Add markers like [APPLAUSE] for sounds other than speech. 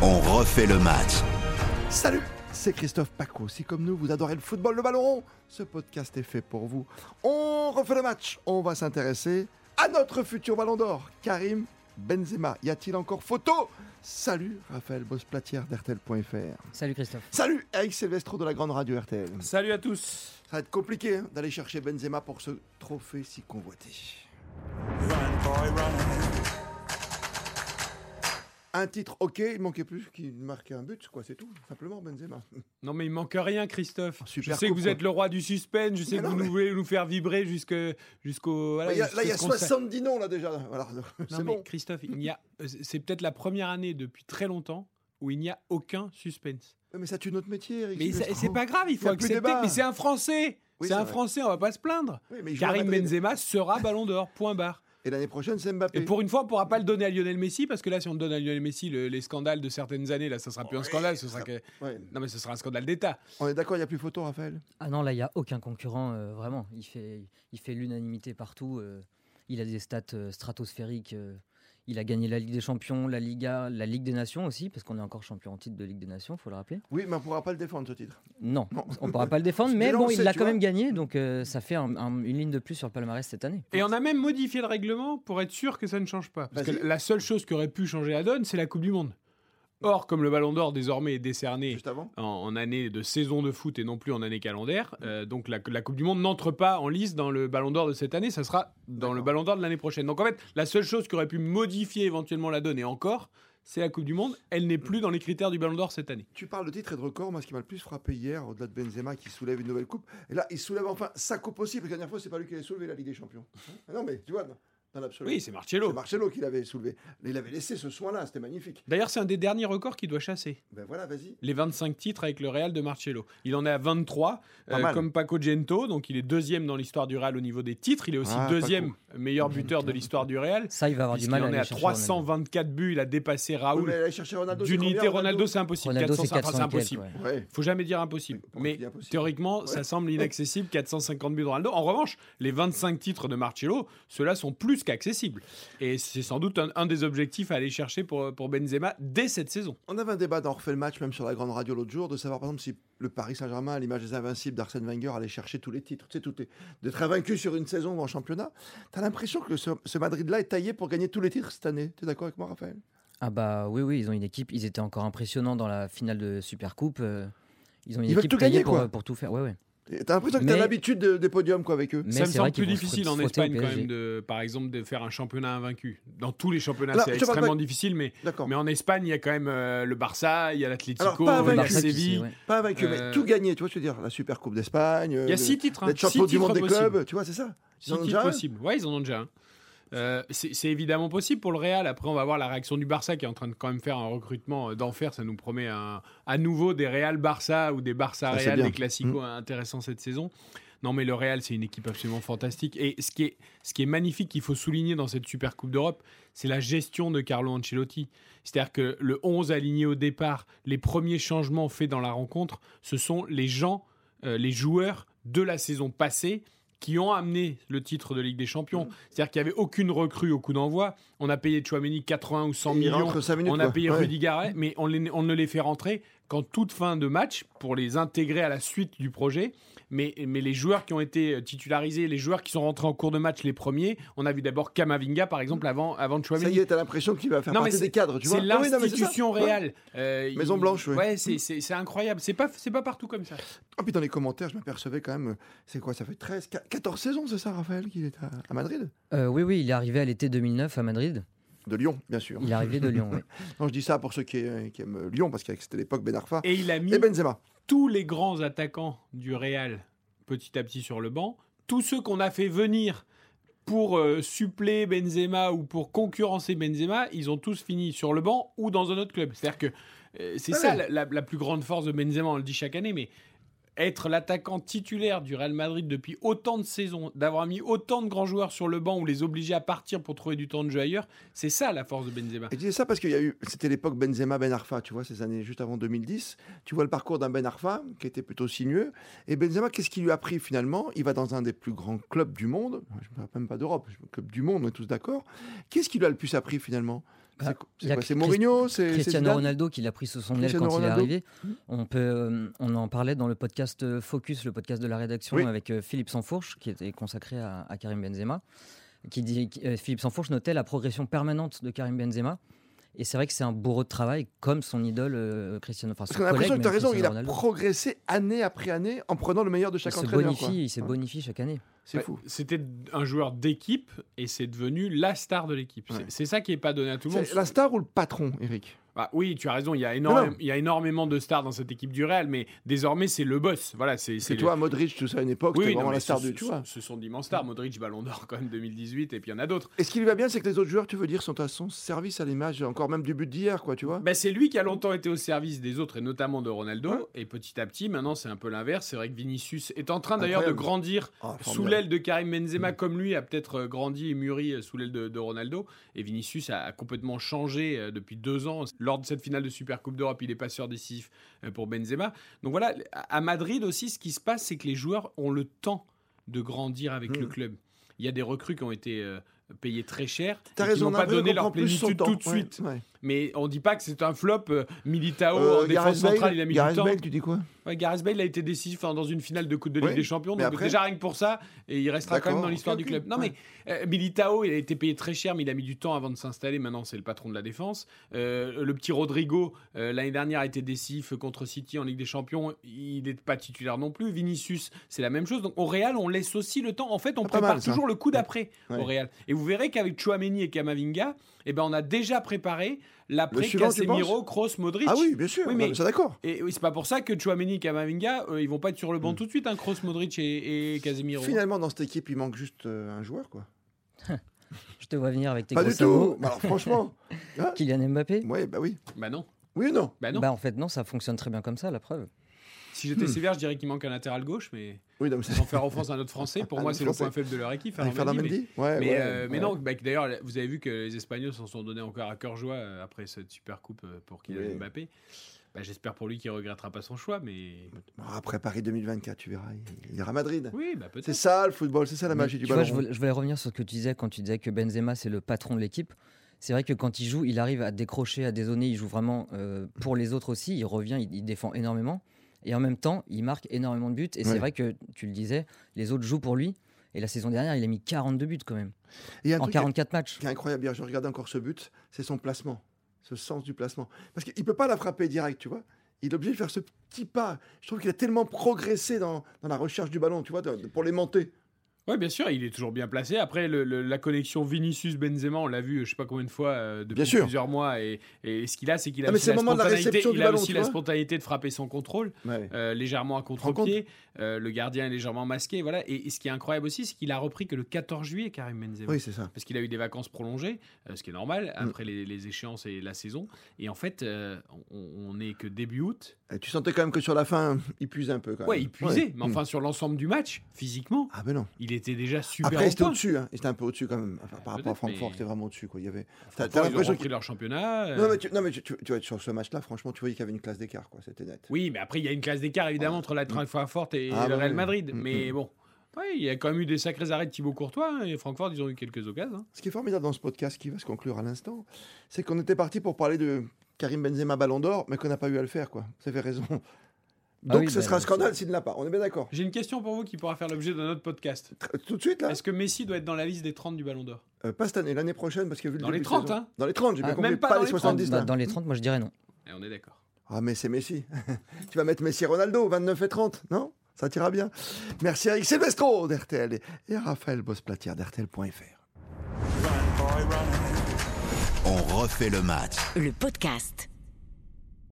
On refait le match. Salut, c'est Christophe Paco. Si comme nous, vous adorez le football, le ballon rond, ce podcast est fait pour vous. On refait le match. On va s'intéresser à notre futur ballon d'or, Karim Benzema. Y a-t-il encore photo Salut, Raphaël Bosplatière d'RTL.fr. Salut Christophe. Salut, Eric Silvestro de la Grande Radio RTL. Salut à tous. Ça va être compliqué hein, d'aller chercher Benzema pour ce trophée si convoité. Un titre, ok, il manquait plus qu'il marquait un but, quoi, c'est tout, simplement Benzema. Non mais il manque rien Christophe. Ah, super je sais coupe, que vous êtes quoi. le roi du suspense, je sais Mais que non, vous mais- nous voulez nous faire vibrer jusque jusqu'au voilà, Bah, il y a- là, il y a jusqu'à ce qu'on sait. 70 noms, là, déjà. Voilà, [LAUGHS] Non c'est mais bon. Christophe, il n'y a euh, c'est peut-être la première année depuis très longtemps où il n'y a aucun suspense. Mais ça tue notre métier, Eric. Mais ça- Silvestro. c'est pas grave, il y faut a plus accepter débat. mais c'est un français. Oui, c'est c'est un vrai. français, on va pas se plaindre. Oui, mais il joue à Karim Madrid. Benzema [LAUGHS] sera ballon d'or point barre. Et l'année prochaine, c'est Mbappé. Et pour une fois, on pourra pas le donner à Lionel Messi parce que là si on le donne à Lionel Messi le- les scandales de certaines années là, ça sera plus un scandale, ce sera que Ouais. Non mais ce sera un scandale d'État. On est d'accord, il n'y a plus photo, Raphaël Ah non, là, il n'y a aucun concurrent, euh, vraiment. Il fait, il fait l'unanimité partout. euh, il a des stats euh, stratosphériques. euh, il a gagné la Ligue des Champions, la Liga, la Ligue des Nations aussi, parce qu'on est encore champion en titre de Ligue des Nations, faut le rappeler. Oui, mais on ne pourra pas le défendre, ce titre. Non, Non. on ne pourra pas le défendre, Mais mais là, on bon, le il sait, [LAUGHS] l'a tu quand vois. même gagné, donc euh, ça fait un- un- une ligne de plus sur le palmarès cette année. Et on a même modifié le règlement pour être sûr que ça ne change pas. Parce que Vas-y. la seule chose qui aurait pu changer la donne, c'est la Coupe du Monde. Or, comme le Ballon d'Or désormais est décerné Juste avant en, en année de saison de foot et non plus en année calendaire, euh, donc la, la Coupe du Monde n'entre pas en lice dans le Ballon d'Or de cette année, ça sera dans le D'accord. Ballon d'Or de l'année prochaine. Donc en fait, la seule chose qui aurait pu modifier éventuellement la donne et encore, c'est la Coupe du Monde. Elle n'est plus dans les critères du Ballon d'Or cette année. Tu parles de titre et de record. Moi, ce qui m'a le plus frappé hier, au-delà de Benzema qui soulève une nouvelle coupe, et là, il soulève enfin sa coupe aussi, parce que la dernière fois, c'est pas lui qui avait soulevé la Ligue des Champions. Ah non, mais tu vois, dans- dans l'absolu. Oui, c'est Marcello. C'est Marcelo qui l'avait soulevé. Il avait laissé ce soin-là, c'était magnifique. D'ailleurs, c'est un des derniers records qu'il doit chasser. Ben voilà, vas-y. les 25 titres avec le Real de Marcello. Il en est à 23, Pas euh, mal. comme Paco Gento, donc il est deuxième dans l'histoire du Real au niveau des titres. Il est aussi Ah, deuxième meilleur buteur de l'histoire du Real. Ça, il va avoir Oh, du Il mal à en est aller à chercher, Ronaldo. 324 buts, il a dépassé Oui, mais Raoul. aller chercher Ronaldo. c'est Ah D'unité, combien, Ronaldo, c'est impossible. Ronaldo, c'est 450, 400 c'est et quelques, impossible. ouais. Ouais. Faut jamais dire impossible. Pour Mais qu'il est impossible. théoriquement, ça semble inaccessible, 450 buts de Ronaldo. En revanche, les 25 titres de Marcello, ceux-là sont plus qu'accessibles. Et c'est sans doute un, un des objectifs à aller chercher pour, pour Benzema dès cette saison. On avait un débat dans Refait le match, même sur la grande radio l'autre jour, de savoir par exemple si le Paris Saint-Germain, à l'image des Invincibles d'Arsène Wenger, allait chercher tous les titres, tu sais, tout est, d'être invaincu sur une saison ou en championnat. T'as l'impression que ce, ce Madrid-là est taillé pour gagner tous les titres cette année. T'es d'accord avec moi, Raphaël Ah bah oui, oui, ils ont une équipe, ils étaient encore impressionnants dans la finale de Supercoupe. euh, ils ont Ils une veulent équipe tout gagner, taillée pour, quoi. euh, pour tout faire. Ouais, ouais. Et T'as l'impression que t'as Mais- l'habitude de- des podiums quoi, avec eux. Mais ça me c'est vrai semble qu'ils plus vont se difficile en frotter au Espagne quand PSG. même, de, par exemple, de faire un championnat invaincu. Dans tous les championnats, Là, c'est je te parle extrêmement difficile, mais, D'accord. mais en Espagne, il y a quand même euh, le Barça, il y a Alors, l'Atlético, pas il y a invaincu. le Barça qui Séville. s'est- ouais. Pas vaincu, mais Euh, tout gagné. Tu vois, je veux dire, la Super Coupe d'Espagne, euh, Il y le- a six titres, hein. d'être Six champion du titres monde des possibles. clubs, tu vois, c'est ça. Six Ils en ont titres déjà un possibles. Ouais, ils en ont déjà un. Euh, c'est c'est évidemment possible pour le Real. Après, on va voir la réaction du Barça qui est en train de quand même faire un recrutement euh, d'enfer. Ça nous promet un- à nouveau des Real Barça ou des Barça Ça, Ah, c'est Real, bien. Mmh. des classicos intéressants cette saison. Non, mais le Real, c'est une équipe absolument fantastique. Et ce qui est, ce qui est magnifique, qu'il faut souligner dans cette Super Coupe d'Europe, c'est la gestion de Carlo Ancelotti. C'est-à-dire que le 11 aligné au départ, les premiers changements faits dans la rencontre, ce sont les gens, euh, les joueurs de la saison passée qui ont amené le titre de Ligue des Champions. Mm. C'est-à-dire qu'il n'y avait aucune recrue au coup d'envoi. On a payé Chouameni 80 ou 100 Il millions. rentre cinq minutes, on a quoi. payé Ouais. Rudy Garret, mais on, les- on ne les fait rentrer qu'en toute fin de match pour les intégrer à la suite du projet. Mais, mais les joueurs qui ont été euh, titularisés, les joueurs qui sont rentrés en cours de match les premiers, on a vu d'abord Kamavinga, par exemple, avant, avant Ça Chouameni. y est, t'as l'impression qu'il va faire Non, mais partie c'est- des cadres, tu vois. C'est Ah oui, non, mais ça. l'institution Ouais. réelle. Euh, Maison il- Blanche, oui. Ouais, c'est- c'est c'est incroyable. C'est pas, c'est pas partout comme ça. Ah, puis dans les commentaires, je m'apercevais quand même, euh, c'est quoi, ça fait 13, 14 saisons, c'est ça, Raphaël, qu'il est à, à Madrid Euh, oui, oui, il est arrivé à l'été 2009 à Madrid. De Lyon, bien sûr. Il est arrivé [LAUGHS] de Lyon. ouais. Non, je dis ça pour ceux qui, euh, qui aiment Lyon, parce que c'était l'époque Ben Arfa Et il a mis et Benzema. tous les grands attaquants du Real petit à petit sur le banc, tous ceux qu'on a fait venir pour euh, suppléer Benzema ou pour concurrencer Benzema, ils ont tous fini sur le banc ou dans un autre club. C'est-à-dire que euh, c'est Ah Ouais. ça la, la- la plus grande force de Benzema, on le dit chaque année, mais être l'attaquant titulaire du Real Madrid depuis autant de saisons, d'avoir mis autant de grands joueurs sur le banc ou les obliger à partir pour trouver du temps de jeu ailleurs, c'est ça la force de Benzema. Et je disais ça parce qu'il y a eu, c'était l'époque Benzema Ben Arfa, tu vois, ces années juste avant 2010. Tu vois le parcours d'un Ben Arfa qui était plutôt sinueux. Et Benzema, qu'est-ce qu'il lui a pris finalement Il va dans un des plus grands clubs du monde. Je ne parle même pas d'Europe, je- club du monde, on est tous d'accord. Qu'est-ce qui lui a le plus appris finalement Bah, C'est quoi- il y C'est a quoi C'est Christ- Mourinho C'est c'est Cristiano Zidane Ronaldo qui l'a pris sous son aile Cristiano quand il est Ronaldo. arrivé. On, peut, euh, on en parlait dans le podcast euh, Focus, le podcast de la rédaction Oui. avec euh, Philippe Sanfourche, qui était consacré à, à Karim Benzema. Qui dit, qui- euh, Philippe Sanfourche notait la progression permanente de Karim Benzema. Et c'est vrai que c'est un bourreau de travail, comme son idole euh, Cristiano. Enfin, Parce son qu'on a l'impression que collègue, tu as même raison, il Cristiano a Ronaldo. progressé année après année en prenant le meilleur de Il chaque se entraîneur. bonifie, quoi. il se bonifie chaque année. C'est Ouais, fou. C'était un joueur d'équipe et c'est devenu la star de l'équipe. Ouais. C'est- C'est ça qui est pas donné à tout le monde. C'est la star ou le patron, Eric Bah oui, tu as raison, il y, a Non, énorme, non. il y a énormément de stars dans cette équipe du Real, mais désormais c'est le boss. Voilà, c'est C'est le- toi, Modric, tout ça à une époque, Oui, t'es oui, non, vraiment mais la star ce, du. Tu ce- vois. ce sont d'immenses stars. Modric, Ballon d'Or quand même 2018, et puis il y en a d'autres. Et ce qui lui va bien, c'est que les autres joueurs, tu veux dire, sont à son service à l'image, encore même du but d'hier, quoi, tu vois. Bah, c'est lui qui a longtemps été au service des autres, et notamment de Ronaldo. Hein. Et petit à petit, maintenant c'est un peu l'inverse. C'est vrai que Vinicius est en train d'ailleurs de Incroyable. grandir Ah, sous formidable. Mm. l'aile de Karim Benzema, comme lui a peut-être euh, grandi et mûri euh, sous l'aile de, de Ronaldo. Et Vinicius a, a complètement changé euh, depuis deux ans. Lors de cette finale de Super Coupe d'Europe, il est passeur décisif euh, pour Benzema. Donc voilà, à à Madrid aussi, ce qui se passe, c'est que les joueurs ont le temps de grandir avec Mhm. le club. Il y a des recrues qui ont été euh, payées très cher, et T'as qui n'ont raison, pas Navri, donné on leur prend plus son plénitude temps. tout de Ouais, suite. ouais. Mais on dit pas que c'est un flop. euh, Militao Euh, en Gareth défense centrale, Bale- il a mis Gareth du temps. Bale, tu dis quoi Ouais, Gareth Bale a été décisif hein, dans une finale de Coupe de Ligue Oui, des Champions, mais donc après- déjà rien que pour ça, et il restera quand même D'accord, dans l'histoire ok, du ok, club. Non ouais. mais euh, Militao, il a été payé très cher, mais il a mis du temps avant de s'installer. Maintenant, c'est le patron de la défense. Euh, le petit Rodrigo, euh, l'année dernière, a été décisif contre City en Ligue des Champions. Il n'est pas titulaire non plus. Vinicius, c'est la même chose. Donc au Real, on laisse aussi le temps. En fait, Ah, on pas prépare mal, ça. toujours le coup d'après Ouais. au Real. Et vous verrez qu'avec Chouameni et Kamavinga, eh ben, on a déjà préparé Le l'après suivant, tu Casemiro, Kroos, Modric. Ah oui, bien sûr, Oui, non, mais- mais ça d'accord. Et oui, c'est pas pour ça que Chouameni et Kamavinga, euh, ils vont pas être sur le banc tout de suite, hein, Kroos, Modric et, et Casemiro. Finalement, dans cette équipe, il manque juste euh, un joueur, quoi. Je te vois venir avec tes Pas gros du sabots. tout. Bah alors, franchement. hein Kylian Mbappé ouais, bah oui. Bah non, Oui ou non bah non. Bah, en fait, non, ça fonctionne très bien comme ça, la preuve. si j'étais sévère, je dirais qu'il manque un latéral gauche, mais Oui, non, mais ça. sans faire offense à notre Français, pour Un moi autre c'est le Français. point faible de leur équipe. Ah, Fernand Fernand Mendy, Mendy Ouais, Mais, mais, ouais, euh, mais ouais. non, bah, d'ailleurs, vous avez vu que les Espagnols s'en sont donnés encore à cœur joie euh, après cette super coupe euh, pour Kylian Oui. Mbappé. Bah, J'espère pour lui qu'il regrettera pas son choix, mais Ah, Après Paris 2024, tu verras, il- il ira à Madrid. oui, bah, peut-être. C'est ça le football, c'est ça Ah, la Mais magie du tu vois, ballon. je, voulais, je voulais revenir sur ce que tu disais quand tu disais que Benzema, c'est le patron de l'équipe. C'est vrai que quand il joue, il arrive à décrocher, à dézonner, il joue vraiment euh, pour les autres aussi, il revient, il, il défend énormément. Et en même temps, il marque énormément de buts. Et Ouais. c'est vrai que, tu le disais, les autres jouent pour lui. Et la saison dernière, il a mis 42 buts quand même, Et il y a un en truc qui est- 44 matchs. qui est incroyable, hier, je regarde encore ce but, c'est son placement, ce sens du placement. Parce qu'il ne peut pas la frapper direct, tu vois. Il est obligé de faire ce petit pas. Je trouve qu'il a tellement progressé dans, dans la recherche du ballon, tu vois, de- de- pour l'aimanter. Oui, bien sûr, il est toujours bien placé. Après, le- le- la connexion Vinicius-Benzema, on l'a vu, je sais pas combien de fois euh, depuis Bien sûr. plusieurs mois. Et, et ce qu'il a, c'est qu'il a Ah, mais aussi c'est le la moment de la spontanéité. réception du il a ballon, aussi tu la vois. spontanéité de frapper sans contrôle, euh, légèrement à contre-pied. Euh, le gardien est légèrement masqué, voilà. Et, et ce qui est incroyable aussi, c'est qu'il a repris que le 14 juillet Karim Benzema. Euh, Oui, Mm. c'est ça. Parce qu'il a eu des vacances prolongées, euh, ce qui est normal après les, les échéances et la saison. Et en fait, euh, on n'est que début août. Et tu sentais quand même que sur la fin, il puise un peu. Quand Ouais, même. il puisait, Euh, Ouais. Mm. mais enfin sur l'ensemble du match, physiquement, Ah ben non. il était déjà super Après, au c'était point. au-dessus. Hein. C'était un peu au-dessus quand même. Enfin, par rapport à peut-être, Francfort, mais- c'était vraiment au-dessus. Quoi. Il y avait... T'as- t'as Enfin, ils ont l'impression repris leur championnat. euh, Non, mais, tu, non, mais tu, tu- tu vois, sur ce match-là, franchement, tu voyais qu'il y avait une classe d'écart. Quoi. C'était net. Oui, mais après, il y a une classe d'écart, évidemment, Ouais. entre la Francfort et Ah, le bah Real oui. Madrid. Mm, Mais bon, ouais, il y a quand même eu des sacrés arrêts de Thibaut Courtois. hein, et Francfort, ils ont eu quelques occasions. hein. Ce qui est formidable dans ce podcast qui va se conclure à l'instant, c'est qu'on était parti pour parler de Karim Benzema Ballon d'Or, mais qu'on n'a pas eu à le faire, quoi. Ça fait raison. Donc, Ah ce oui, ben, bah, sera un c'est- scandale s'il ne l'a pas. On est bien d'accord. J'ai une question pour vous qui pourra faire l'objet d'un autre podcast. Tr- Tout de suite, là Est-ce que Messi doit être dans la liste des 30 du Ballon d'Or Euh, Pas cette année, l'année prochaine, parce que vu le Dans début les de 30, saison- hein. Dans les 30, j'ai Ah, bien compris. même pas Pas, dans les les 70, Bah, là. dans les 30, moi je dirais non. Et Eh, on est d'accord. Ah, mais c'est Messi. [LAUGHS] tu vas mettre Messi Ronaldo, 29 et 30, non Ça t'ira bien. Merci Eric Silvestro d'RTL et à Raphaël Bosplatière d'RTL.fr. On refait le match. le podcast.